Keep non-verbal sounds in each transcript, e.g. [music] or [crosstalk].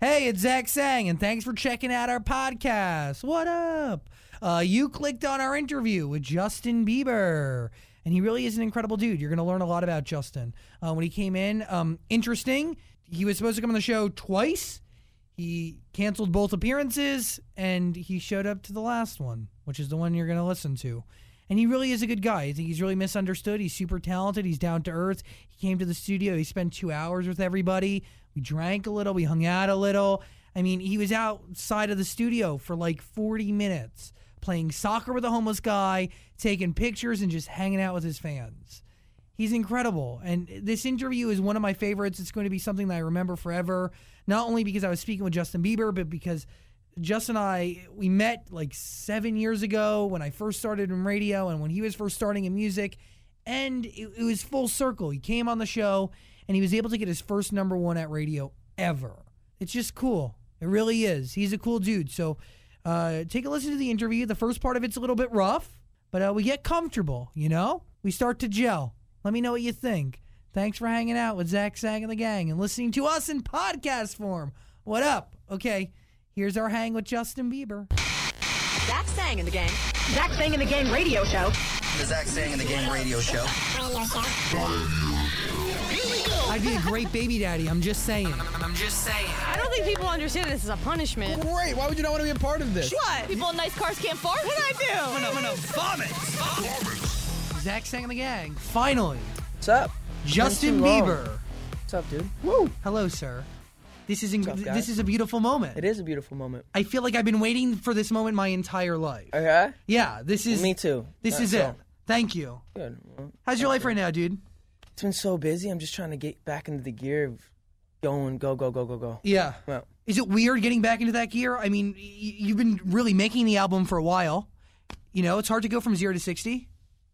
Hey, it's Zach Sang, and thanks for checking out our podcast. What up? Uh, you clicked on our interview with Justin Bieber, and he really is an incredible dude. You're going to learn a lot about Justin. Uh, when he came in, um, interesting. He was supposed to come on the show twice. He canceled both appearances, and he showed up to the last one, which is the one you're going to listen to. And he really is a good guy. I think he's really misunderstood. He's super talented. He's down to earth. He came to the studio. He spent two hours with everybody. We drank a little. We hung out a little. I mean, he was outside of the studio for like 40 minutes playing soccer with a homeless guy, taking pictures, and just hanging out with his fans. He's incredible. And this interview is one of my favorites. It's going to be something that I remember forever, not only because I was speaking with Justin Bieber, but because Justin and I, we met like seven years ago when I first started in radio and when he was first starting in music. And it, it was full circle. He came on the show and he was able to get his first number one at radio ever. It's just cool. It really is. He's a cool dude. So uh, take a listen to the interview. The first part of it's a little bit rough, but uh, we get comfortable, you know? We start to gel. Let me know what you think. Thanks for hanging out with Zach Sag and the gang and listening to us in podcast form. What up? Okay, here's our hang with Justin Bieber. Zach Sang in the Gang. Zach Sang in the Gang radio show. The Zach Sang and the Gang radio show. I'd be a great baby daddy. I'm just saying. I'm just saying. I don't think people understand this is a punishment. Great. Why would you not want to be a part of this? What? People in nice cars can't fart? What did I do? I'm gonna vomit. Zach Sang and the gang. Finally, What's up? Justin Been too long. Bieber. What's up, dude? Woo! Hello, sir. This is inc- up, guys? this is a beautiful moment. It is a beautiful moment. I feel like I've been waiting for this moment my entire life. Okay. Yeah, this is Me too. This That's is it. all. Thank you. Good. Well, How's your life right now, dude? It's been so busy. I'm just trying to get back into the gear of going, go, go, go, go, go. Yeah. Well, Is it weird getting back into that gear? I mean, y- you've been really making the album for a while. You know, it's hard to go from zero to sixty.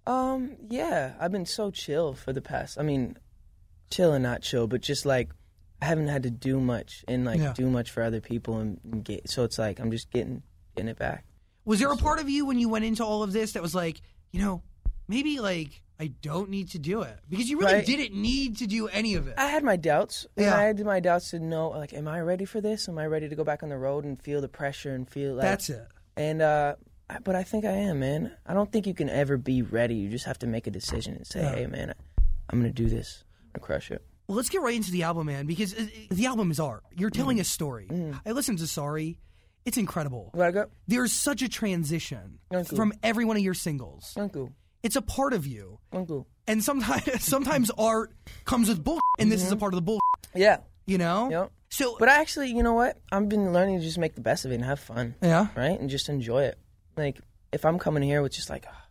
um, yeah, I've been so chill for the past. I mean, chill and not chill, but just like I haven't had to do much and like Yeah. do much for other people and, and get. So it's like I'm just getting getting it back. Was there a part of you when you went into all of this that was like, you know, maybe like I don't need to do it because you really Right. didn't need to do any of it. I had my doubts. Yeah. Yeah. I had my doubts to know, like, am I ready for this? Am I ready to go back on the road and feel the pressure and feel like That's it. And uh, I- but I think I am, man. I don't think you can ever be ready. You just have to make a decision and say, hey, man, I'm gonna do this. I'm gonna crush it. Well, let's get right into the album, man, because uh, the album is art. You're telling Mm. a story. I listened to Sorry. It's incredible. Gotta go. There's such a transition Thank you. from every one of your singles. Uncle, It's a part of you. uncle. And sometimes [laughs] sometimes art comes with bull, and this is a part of the bull, Yeah. you know? Yep. So, But I actually, you know what? I've been learning to just make the best of it and have fun. yeah. Right? And just enjoy it. Like if I'm coming here with just like "Ah,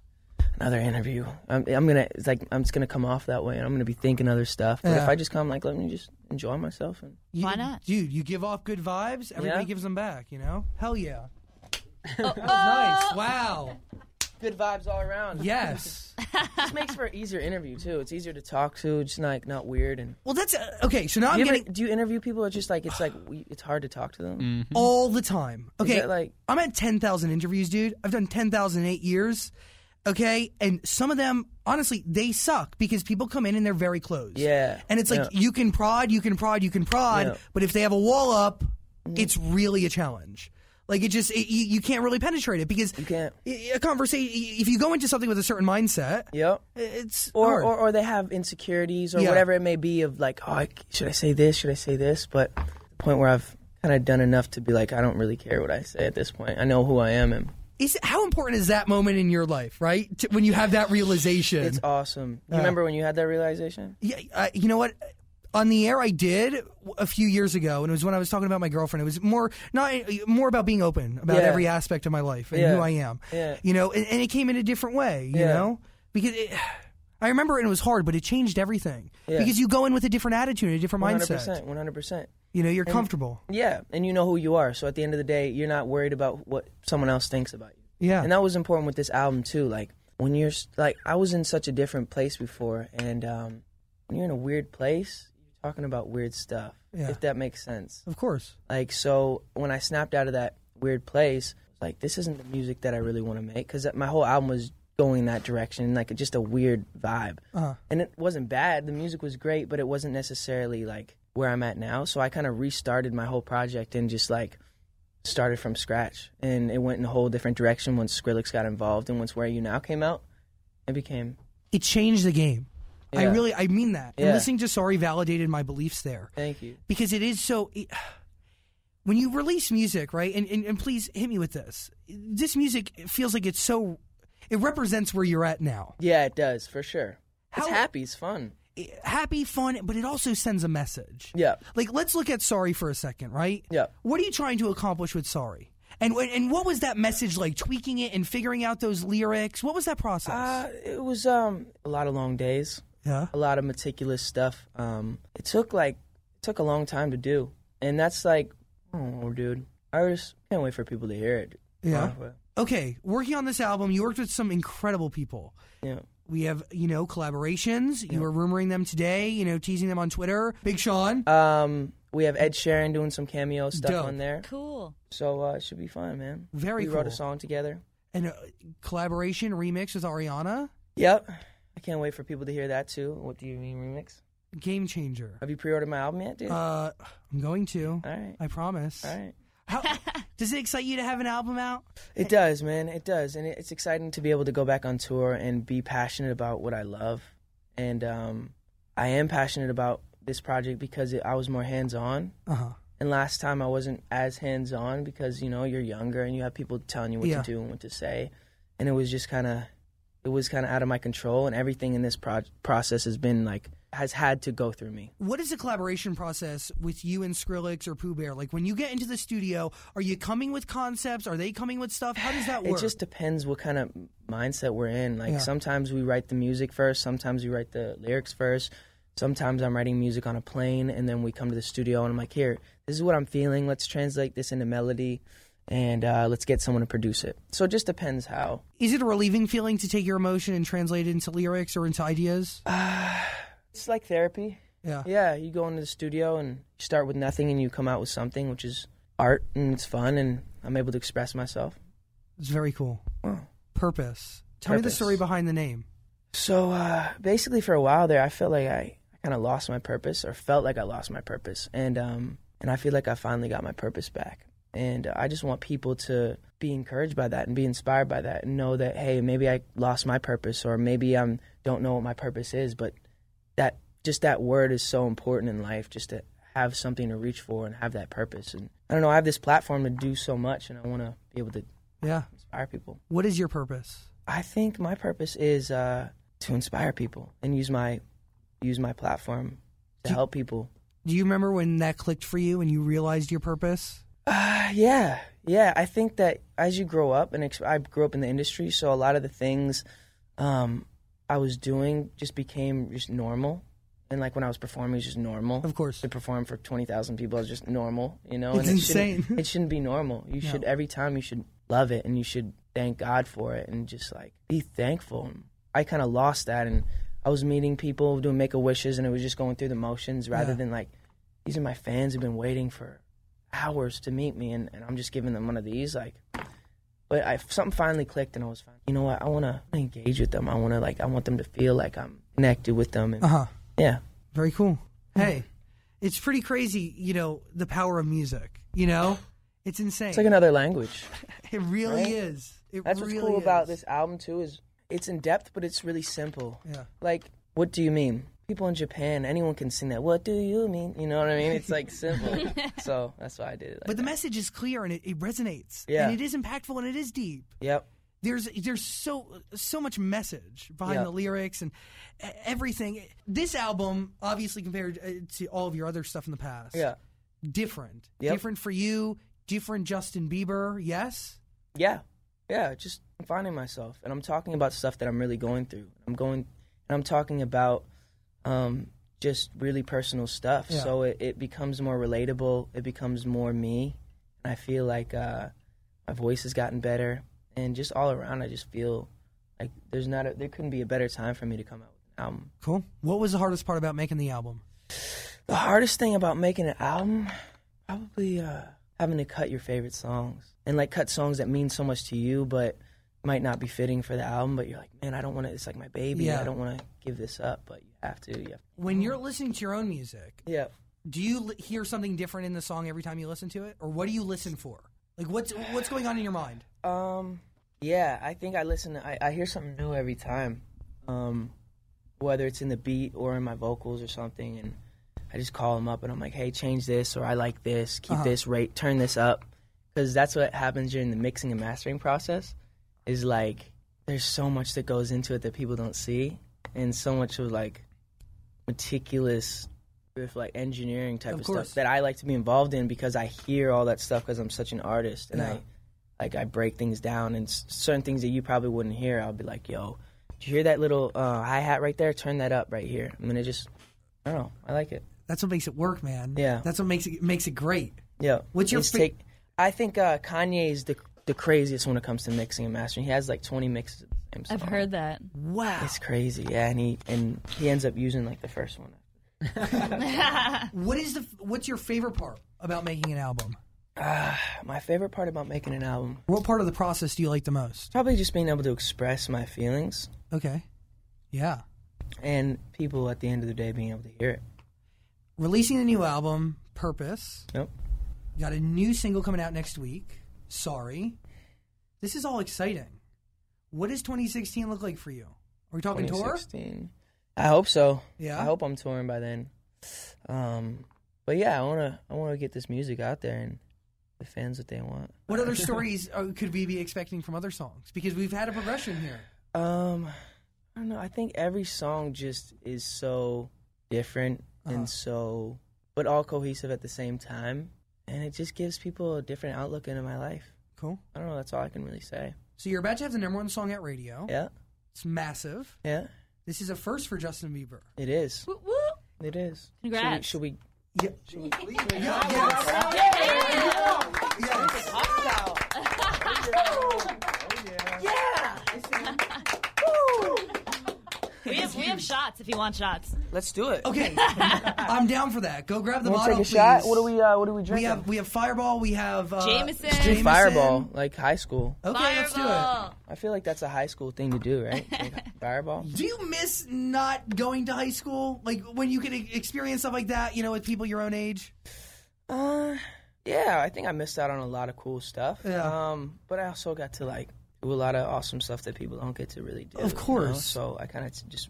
another interview, I'm, I'm gonna it's like I'm just gonna come off that way, and I'm gonna be thinking other stuff. But Yeah. if I just come like, let me just enjoy myself and Why not? Dude, you give off good vibes, everybody Yeah. gives them back, you know? Hell [laughs] yeah. that was nice. Wow. good vibes all [laughs] around. Yes. This makes for an easier interview too. It's easier to talk to. It's like not weird. And Well, that's uh, okay. So now I'm do you, ever- getting do you interview people? It's just like it's like we, it's hard to talk to them. all the time. Okay, it like- I'm at ten thousand interviews, dude. I've done ten thousand in eight years. Okay, and some of them, honestly, they suck because people come in and they're very closed. Yeah, and it's like yeah. you can prod, you can prod, you can prod, Yeah. Mm-hmm. but if they have a wall up, it's really a challenge. Like it just it, you, you can't really penetrate it because you can't. a conversation. If you go into something with a certain mindset, Yep. it's Or, hard. or or they have insecurities or Yeah. whatever it may be of like, oh, I, should I say this? Should I say this? But the point where I've kind of done enough to be like, I don't really care what I say at this point. I know who I am, and is how important is that moment in your life, right? To, when you have that realization, it's awesome. Mm. You remember when you had that realization? Yeah, I, you know what? On the air, I did a few years ago, and it was when I was talking about my girlfriend. It was more not more about being open about Yeah. every aspect of my life and Yeah. who I am. Yeah. You know, and, and it came in a different way. You Yeah. know, because it, I remember it, and it was hard, but it changed everything Yeah. because you go in with a different attitude, a different One hundred mindset. percent. One hundred percent. You know, you're comfortable. Yeah, and you know who you are. So at the end of the day, you're not worried about what someone else thinks about you. Yeah. and that was important with this album too. Like when you're s- like, I was in such a different place before, and um, when you're in a weird place, you're talking about weird stuff. Yeah. If that makes sense. of course. Like so, when I snapped out of that weird place, like this isn't the music that I really want to make because my whole album was going in that direction, like just a weird vibe, Uh-huh. and it wasn't bad. The music was great, but it wasn't necessarily like where I'm at now. So I kind of restarted my whole project and just like started from scratch. And it went in a whole different direction once Skrillex got involved and once Where You Now came out. It became It changed the game. I Yeah. really, I mean that. Yeah. And listening to Sorry validated my beliefs there. thank you. because it is so it- [sighs] when you release music right and, and, and please hit me with this this music it feels like it's so it represents where you're at now Yeah, it does for sure. How- it's happy. It's fun. It- happy fun but it also sends a message Yeah. like let's look at sorry for a second right Yeah. what are you trying to accomplish with sorry and wh- and what was that message like tweaking it and figuring out those lyrics what was that process Uh, it was um a lot of long days. yeah a lot of meticulous stuff. Um, it took like it took a long time to do, and that's like, oh, dude, I just can't wait for people to hear it. Yeah. Well, okay working on this album you worked with some incredible people yeah, We have, you know, collaborations. You were rumoring them today, you know, teasing them on Twitter. Big Sean. Um, we have Ed Sheeran doing some cameo stuff Dope. on there, Cool. so uh, it should be fun, man. Very We wrote cool. a song together. and a collaboration remix with Ariana. Yep. I can't wait for people to hear that too. What do you mean remix? Game changer. Have you pre-ordered my album yet, dude? Uh, I'm going to. all right, I promise. all right. How, [laughs] does it excite you to have an album out? It does, man. It does, and it- it's exciting to be able to go back on tour and be passionate about what I love. And um, I am passionate about this project because it, I was more hands-on. Uh huh. And last time I wasn't as hands-on because you know you're younger and you have people telling you what Yeah. to do and what to say, and it was just kind of, it was kind of out of my control. And everything in this pro- process has been like has had to go through me. What is the collaboration process with you and Skrillex or Pooh Bear? Like when you get into the studio, are you coming with concepts? Are they coming with stuff? How does that work? It just depends what kind of mindset we're in. Like Yeah. sometimes we write the music first, sometimes we write the lyrics first. Sometimes I'm writing music on a plane and then we come to the studio and I'm like, "Here, this is what I'm feeling. Let's translate this into melody and uh, let's get someone to produce it." So it just depends how. is it a relieving feeling to take your emotion and translate it into lyrics or into ideas? It's like therapy. yeah. Uh, Yeah, you go into the studio and you start with nothing and you come out with something, which is art and it's fun and I'm able to express myself. It's very cool. Wow. Purpose. Tell me the Purpose. story behind the name. So uh, basically, for a while there, I felt like I, I kind of lost my purpose, or felt like I lost my purpose, and um, and I feel like I finally got my purpose back. And I just want people to be encouraged by that and be inspired by that, and know that hey, maybe I lost my purpose, or maybe I am don't know what my purpose is, but that just that word is so important in life, just to have something to reach for and have that purpose. And I don't know, I have this platform to do so much, and I want to be able to Yeah. inspire people. What is your purpose? I think my purpose is uh, to inspire people and use my use my platform to help people. Do you remember when that clicked for you and you realized your purpose? Uh, yeah, yeah. I think that as you grow up, and ex- I grew up in the industry, so a lot of the things um, I was doing just became just normal. And like when I was performing, it was just normal. Of course. to perform for twenty thousand people is just normal, you know. It's and it shouldn't- insane. It shouldn't be normal. You should every time you should love it and you should thank God for it and just like be thankful. I kind of lost that and I was meeting people doing make a wishes and it was just going through the motions rather Yeah. than like these are my fans who've been waiting for hours to meet me and, and I'm just giving them one of these like. But I something finally clicked and I was fine. You know what? I want to engage with them. I want to like I want them to feel like I'm connected with them and Uh huh. yeah. Very cool. Hey, it's pretty crazy, you know, the power of music, you know? It's insane. It's like another language. it really right? is. It That's really what's cool about is. this album too is it's in depth, but it's really simple. Yeah. Like, what do you mean? People in Japan, anyone can sing that. What do you mean? You know what I mean? It's like simple. so that's why I did it. Like But the that. message is clear and it, it resonates. Yeah. And it is impactful and it is deep. yep. there's there's so so much message behind Yeah. the lyrics and e- everything. This album, obviously compared uh, to all of your other stuff in the past, Yeah. different, Yep. different for you, different Justin Bieber. Yes, Yeah. Yeah. Just I'm finding myself, and I'm talking about stuff that I'm really going through. I'm going, and I'm talking about um, just really personal stuff. Yeah. So it, it becomes more relatable. It becomes more me, and I feel like uh, my voice has gotten better, and just all around, I just feel like there's not a, there couldn't be a better time for me to come out with an album. cool. What was the hardest part about making the album? The hardest thing about making an album, probably uh, having to cut your favorite songs and like cut songs that mean so much to you, but might not be fitting for the album. But you're like, man, I don't want to. It's like my baby. Yeah. I don't want to give this up, but you have to. You have to. When you're listening to your own music, Yeah. do you li- hear something different in the song every time you listen to it, or what do you listen for? Like what's what's going on in your mind? Um, yeah, I think I listen. I, I hear something new every time, um, whether it's in the beat or in my vocals or something, and I just call them up and I'm like, "Hey, change this," or "I like this," Uh-huh. "Keep this rate," "Turn this up," because that's what happens during the mixing and mastering process. Is like there's so much that goes into it that people don't see, and so much of like meticulous with like engineering type Of of, course. stuff that I like to be involved in because I hear all that stuff because I'm such an artist and I like I break things down and s- certain things that you probably wouldn't hear. I'll be like, "Yo, did you hear that little uh, hi hat right there? Turn that up right here." I'm gonna just, I don't know, I like it. That's what makes it work, man. Yeah. That's what makes it makes it great. Yeah. What's your It's fa- I think uh, Kanye is the the craziest when it comes to mixing and mastering. He has like 20 mixes. Of the same I've song. heard that. Wow. It's crazy, yeah. And he and he ends up using like the first one. What is the what's your favorite part about making an album? My favorite part about making an album What part of the process do you like the most? probably just being able to express my feelings Okay. Yeah. and people at the end of the day being able to hear it. Releasing a new album, Purpose. Yep. You got a new single coming out next week. Sorry. This is all exciting. What does 2016 look like for you? Are we talking tour? 2016. I hope so. Yeah? I hope I'm touring by then. Um, but yeah, I wanna I wanna get this music out there and the fans what they want. What [laughs] other stories uh, could we be expecting from other songs? Because we've had a progression here. Um, I don't know. I think every song just is so different and so, but all cohesive at the same time, and it just gives people a different outlook into my life. Cool. I don't know. That's all I can really say. So you're about to have the number one song at radio. Yeah, It's massive. yeah. This is a first for Justin Bieber. It is. Woo, woo. It is. Should we- Congrats. Should we? Yeah. We have we have shots if you want shots. Let's do it. Okay. [laughs] I'm down for that. Go grab the Wanna bottle, take a please. shot? What do we? Uh, what do we drink? We have we have Fireball. We have uh, Jameson. do fireball like high school. Okay, let's do it. Fireball. I feel like that's a high school thing to do, [laughs] right? Like, fireball. Do you miss not going to high school? Like when you could e- experience stuff like that, you know, with people your own age. Uh, yeah, I think I missed out on a lot of cool stuff. Yeah. Um, but I also got to like do a lot of awesome stuff that people don't get to really do. Of you know? course. So I kind of just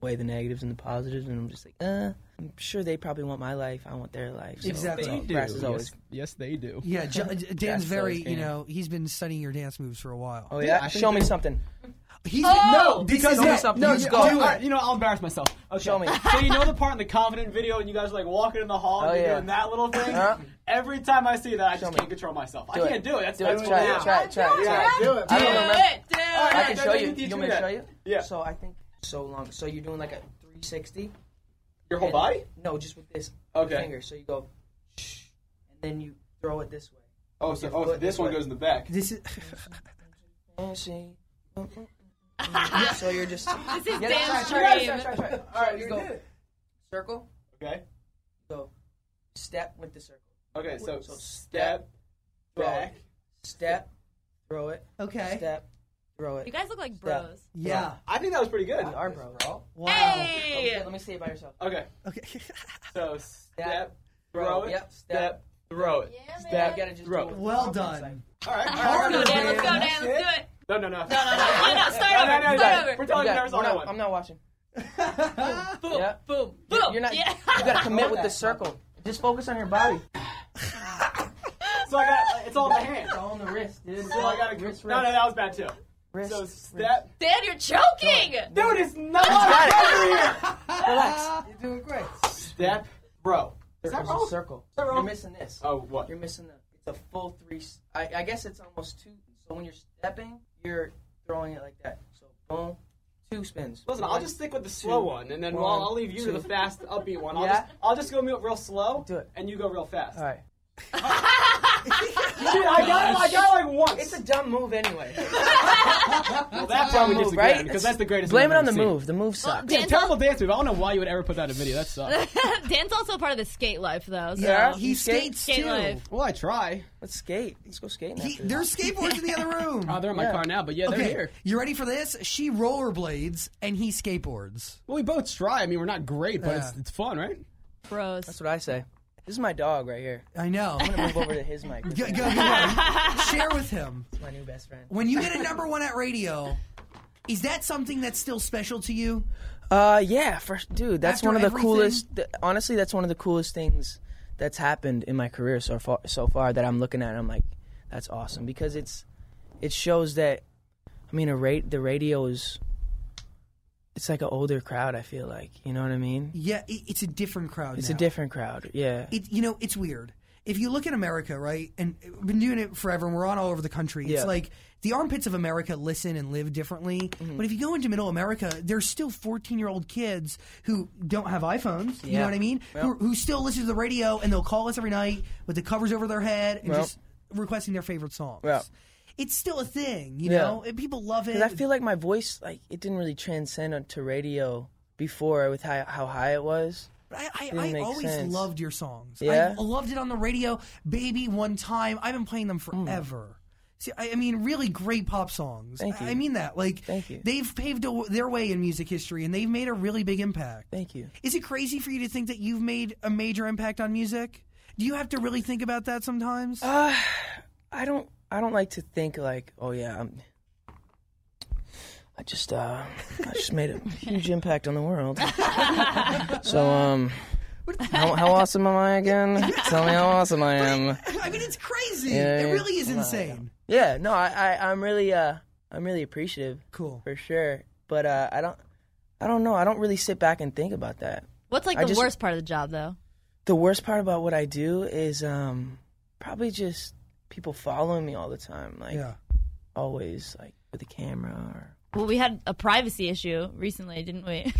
weigh the negatives and the positives, and I'm just like, uh, I'm sure they probably want my life. I want their life. So Exactly. it's all- They Grass is always. yes, yes, they [laughs] do. Yeah, [laughs] J- J- Dan's That's very, always you Dan. know, he's been studying your dance moves for a while. Oh yeah. I think Show me they- something. He's Oh! no, this Because is no, it. something. No, Let's you, go. oh, Do alright, you know, I'll embarrass myself. Okay. Show me. so you know the part in the confident video, and you guys are like walking in the hall, and Oh, you're yeah. doing that little thing. Huh? Every time I see that, I just me. can't control myself. Do I it. can't do it. That's Do that's it. what Try we it. have. Try it. Try it. Try it. Yeah, do it. I don't Do it. remember. Do it. I can show Yeah, you. you teach You want me me to that. show you? Yeah. So I think so long. So you're doing like a 360. Your whole and- body? No, just with this Okay. finger. So you go, shh, and then you throw it this way. Oh, so, oh, so foot, this your one foot. goes in [laughs] the back. This is [laughs] And she- [laughs] so you're just. This is Dan's dream. All right, you go. Circle. Okay. Go. Step with the circle. Okay. So, So step step, back. Step. Throw it. okay. Step. Throw You it. guys look like bros. Yeah. I think that was pretty good. We are bro. bro. Wow. Hey. Let me see it by yourself. Okay. Okay. [laughs] So step, throw throw. it. Yep, step. Step, throw it. You Step, gotta just throw do it. it. well [laughs] done. All right. Hard all right. Dan, let's go, Dan. Let's That's do it. No, no, no. No, no, no. No, no, start No, over. no, no, start you got it. over. We're talking You got- about we're another not- one. I'm not watching. Boom, Yeah. boom, boom. You're not. Yeah. You gotta commit with the circle. Just focus on your body. So I got. It's all in my hand. [laughs] It's all in the wrist, dude. So I got to. wrist, wrist, No, no, that was bad too. wrist. So wrist. step. Dan, you're choking. Dude, it's not over Ah, Relax. You're doing great. here. Step, bro. Is that Circle's a wrong? circle. that You're wrong? missing this. Oh, what? You're missing the. It's a full three. s- I, I guess it's almost two. So when you're stepping, you're throwing it like that. So boom, two spins. Listen, I'll just stick with the slow one, and then one, I'll, I'll leave you to the two. fast, upbeat one. I'll Yeah. just, I'll just go real real slow, Do it. and you go real fast. All right. Dude, I got, I got like once. It's a dumb move anyway. Well, that dumb probably gets move, a right? grand because that's the greatest. Blame move it on I've the ever seen. move. The move sucks. Dan's, Terrible dance move. I don't know why you would ever put that in a video. That sucks. [laughs] Dan's also part of the skate life, though. So. Yeah. you He skate? skates Skate too. life. well, I try. Let's skate. Let's go skating. He, after this. there's skateboards in the other [laughs] room. Oh, they're in my car now, but yeah, they're okay. here. You ready for this? She rollerblades and he skateboards. Well, we both try. I mean, we're not great, but Yeah. it's, it's fun, right? Bros. That's what I say. This is my dog right here. I know. [laughs] I'm gonna move over to his mic. Go, This go, go. Share with him. is my new best friend. When you get a number one at radio, is that something that's still special to you? Uh, yeah, for, dude, that's After one of the everything? coolest. Th- honestly, that's one of the coolest things that's happened in my career so far. So far, that I'm looking at, and I'm like, that's awesome because it's it shows that. I mean, a rate the radio is. It's like an older crowd. I feel like you know what I mean. Yeah, it, it's a different crowd. It's now. a different crowd. Yeah. it you know it's weird if you look at america right and we've been doing it forever and we're on all over the country it's Yeah. like the armpits of america listen and live differently Mm-hmm. but if you go into middle america there's still 14 year old kids who don't have iphones you know Yeah. what i mean who, who still listen to the radio and they'll call us every night with the covers over their head and Well. just requesting their favorite songs Yeah. it's still a thing you Yeah. know and people love it Because I feel like my voice, like it didn't really transcend onto radio before with how, how high it was. I, Didn't I, I make always sense. loved your songs. Yeah? I loved it on the radio, baby. One time, I've been playing them Hmm. forever. See, I, I mean, really great pop songs. Thank I- I you. mean that. Like, Thank you. they've paved a, their way in music history, and they've made a really big impact. Thank you. Is it crazy for you to think that you've made a major impact on music? Do you have to really think about that sometimes? Uh, I don't I don't like to think like, oh yeah, I'm I just uh I just made a huge impact on the world. so um how, how awesome am I again? Tell me how awesome I am. I mean, it's crazy. Yeah, it yeah. really is insane. Yeah, no, I, I I'm really uh I'm really appreciative Cool. for sure. But uh I don't I don't know. I don't really sit back and think about that. What's like I the just- worst part of the job though? the worst part about what I do is um probably just people following me all the time, like Yeah. always, like with a camera or Well, we had a privacy issue recently, didn't we?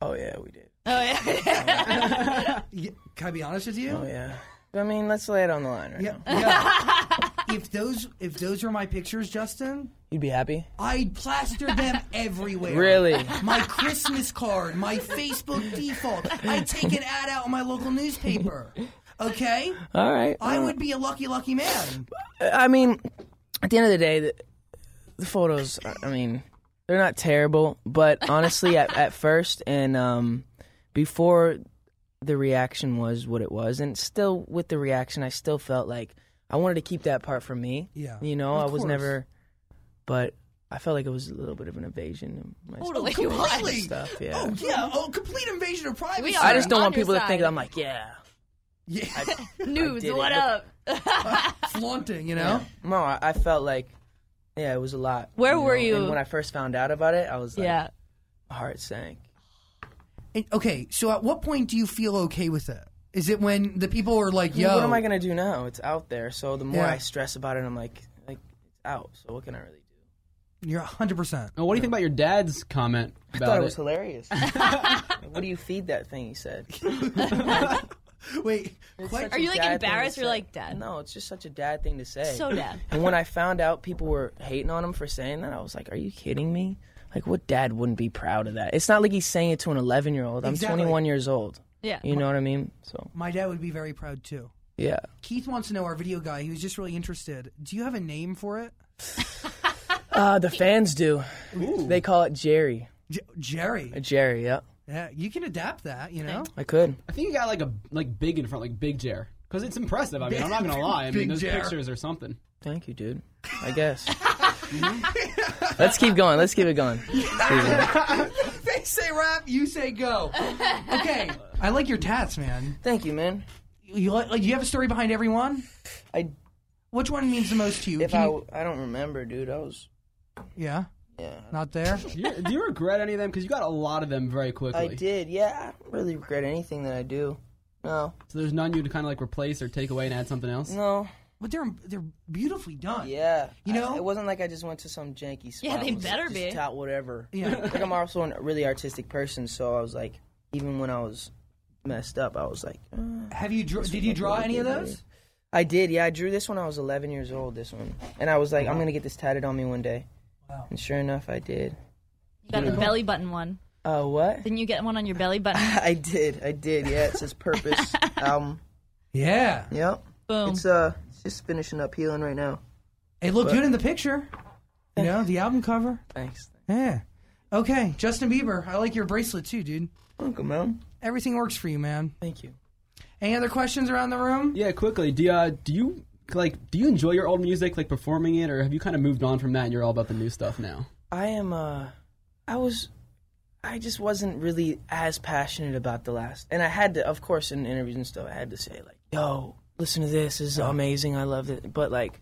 oh yeah, we did, [laughs] oh [laughs] yeah. Y- Can I be honest with you? oh yeah. I mean, let's lay it on the line right now. [laughs] Yeah. if those if those were my pictures, Justin, You'd be happy, I plastered [laughs] them everywhere. really? My Christmas card, my Facebook default. I take an ad out in my local newspaper. Okay? all right. I would be a lucky, lucky man. I mean, at the end of the day, the, the photos. are- I mean, they're not terrible, but honestly, at, at first and um, before the reaction was what it was, and still with the reaction, I still felt like I wanted to keep that part for me. Yeah, you know, of I was course. never, but I felt like it was a little bit of an invasion. of my Totally. stuff. Completely. Stuff, yeah. Oh, yeah. Oh, complete invasion of privacy. We I are. just don't On want your people to think side. I'm like, yeah. Yeah. News. did it. What up? [laughs] [laughs] Flaunting, you know? No, I, I felt like, yeah, it was a lot. Where were you? And when I first found out about it, I was like, Yeah. my heart sank. And, okay, so at what point do you feel okay with it? Is it when the people are like, mean, yo, what am I gonna do now? It's out there. So the more Yeah. I stress about it, I'm like, like it's out. So what can I really do? you're 100%. Now, Oh, what do you think about your dad's comment about I thought it it? [laughs] was hilarious. Like, what do you feed that thing? He said. Wait, quite, Such Are a you like dad thing to embarrassed? You're say. [laughs] like dad. No, it's just such a dad thing to say. So dad. And when I found out people were hating on him for saying that, I was like, are you kidding me? Like, what dad wouldn't be proud of that? It's not like he's saying it to an 11 year old. I'm Exactly. 21 years old. Yeah. You know what I mean? So my dad would be very proud too. yeah. Keith wants to know, our video guy, he was just really interested. Do you have a name for it? Uh, the fans do. They call it Jerry. J- Jerry. Jerry. Yeah. Yeah, you can adapt that, you know? I could. I think you got like a like big in front, like Big Jer, because it's impressive. I mean, I'm not [laughs] gonna lie. I Big mean, those Jer. pictures are something. Thank you, dude. I guess. [laughs] Let's keep going. Let's keep it going. they say rap, you say go. Okay. I like your tats, man. Thank you, man. You like, like you have a story behind every one? I Which one means the most to you? if Can I you- I don't remember, dude. I was yeah. yeah. Not there. Do you, do you regret any of them? Because you got a lot of them very quickly. I did. Yeah. I don't really regret anything that I do. No. So there's none you'd kind of like replace or take away and add something else. No. But they're they're beautifully done. Yeah. You know- I- it wasn't like I just went to some janky spot. Yeah, they and was better just be. Tout whatever. Yeah. Like I'm also a really artistic person, so I was like, even when I was messed up, I was like, uh, Have you dr- did you draw any of those? I did. Yeah, I drew this when I was 11 years old. This one, and I was like, I'm gonna get this tatted on me one day. Wow. And sure enough, I did. You got a belly button one. Uh, what? Didn't you get one on your belly button? [laughs] I did. I did. Yeah, it says [laughs] purpose album. Yeah. Yep. Boom. It's uh, it's just finishing up healing right now. It looked good in the picture. You know, the album cover. Thanks. Yeah. Okay, Justin Bieber. I like your bracelet too, dude. Welcome, man. Everything works for you, man. Thank you. Any other questions around the Mm-hmm. room? Yeah, quickly. Do you, uh, do you like do you enjoy your old music, like performing it, or have you kind of moved on from that and you're all about the new stuff now? I am uh I was I just wasn't really as passionate about the last and I had to of course in interviews and stuff I had to say like, yo, listen to this, this is Uh-huh. amazing, I loved it but like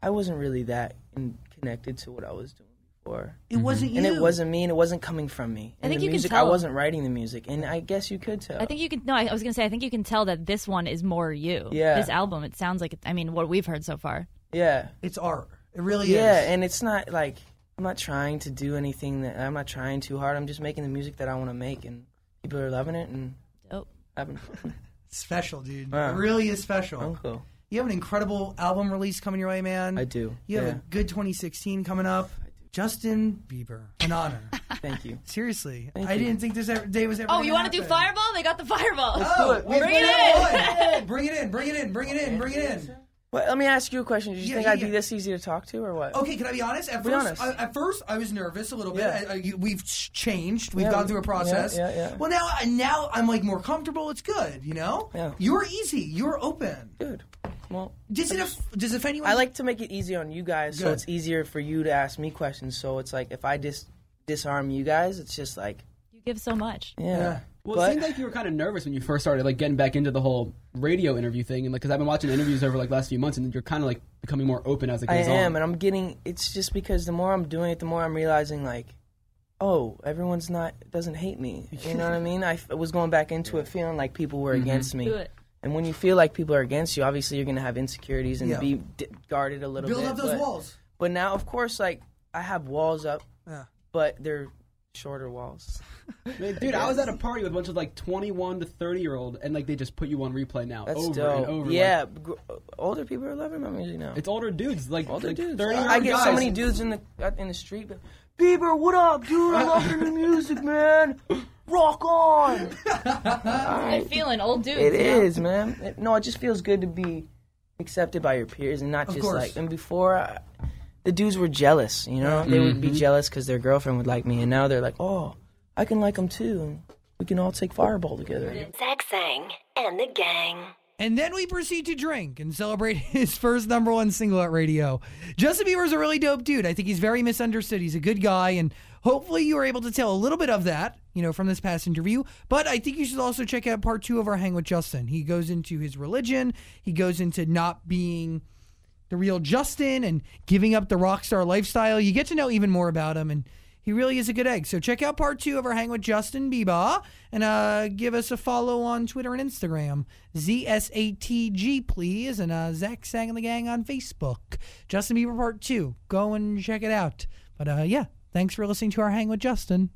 I wasn't really that in, connected to what I was doing before. It wasn't you. And it wasn't me and it wasn't coming from me. And think the you can music tell. I wasn't writing the music and I guess you could tell. I think you can. No, I, I was gonna say. I think you can tell that this one is more you. Yeah. This album, it sounds like. It, I mean, what we've heard so far. Yeah. It's art. It really Yeah, is. and it's not like I'm not trying to do anything that I'm not trying too hard. I'm just making the music that I want to make and people are loving it and Dope. having [laughs] fun. It's special, dude. Wow. It really is special. Uncle. You have an incredible album release coming your way, man. I do, You have yeah. a good 2016 coming up. Justin Bieber, an [laughs] honor. Thank you. Seriously, I didn't think this ever, day was ever. Oh, gonna you want to do happen. Fireball? They got the Fireball. Oh, we Bring played it that one. bring it in, bring it in, bring it in, bring it in. Well, let me ask you a question. Did you Yeah, think yeah, I'd be yeah. Oh. this easy to talk to or what? Okay, can I be honest? At first, honest. I, at first I was nervous a little bit. Yeah. I, I, you- we've ch- changed. We've Yeah, gone we- through a process. yeah, yeah, yeah. Well, now I- now I'm like more comfortable. It's good, you know. Yeah. You're easy. You're open. Good. Well, Does it? Aff- does it offend you? I like to make it easy on you guys so Good. it's easier for you to ask me questions. So it's like if I dis- disarm you guys, it's just like, You give so much. yeah. Well, But- it seemed like you were kind of nervous when you first started, like getting back into the whole radio interview thing, and like because I've been watching interviews over like last few months, and you're kind of like becoming more open as it I goes on. am, and I'm getting. It's just because the more I'm doing it, the more I'm realizing like, oh, everyone's not doesn't [laughs] hate me. You know what I mean? I f- was going back into it feeling like people were Mm-hmm. against me. Do it. And when you feel like people are against you, obviously you're gonna have insecurities and Yeah. be d- guarded a little build bit. up those but- walls. But now, of course, like I have walls up, Yeah. but they're shorter walls. Like, Dude, I was at a party with a bunch of like 21 to 30 year old, and like they just put you on replay now That's over dope. and over. like, yeah, gr- older people are loving my music now. it's older dudes, like older like dudes. 30 year old I get guys. so many dudes in the in the street. But, Bieber, what up, [laughs] dude? I love your new music, man. Rock on. Good feeling, old dude. It is, man. It- no, it just feels good to be accepted by your peers and not just course. like. And before, I, the dudes were jealous. You know, they would be jealous because their girlfriend would like me, and now they're like, oh, I can like them too, and we can all take Fireball together. Zach Sang and the gang. And then we proceed to drink and celebrate [laughs] his first number one single at radio. Justin Bieber's a really dope dude. I think he's very misunderstood. He's a good guy, and hopefully you were able to tell a little bit of that, you know, from this past interview. But I think you should also check out part two of our Hang with Justin. He goes into his religion, he goes into not being the real Justin and giving up the rock star lifestyle. You get to know even more about him, and he really is a good egg. So check out part two of our Hang with Justin Bieber and uh, give us a follow on Twitter and Instagram. ZSATG, please. And uh, Zach Sang and the Gang on Facebook. Justin Bieber part two. Go and check it out. But uh, yeah, thanks for listening to our Hang with Justin.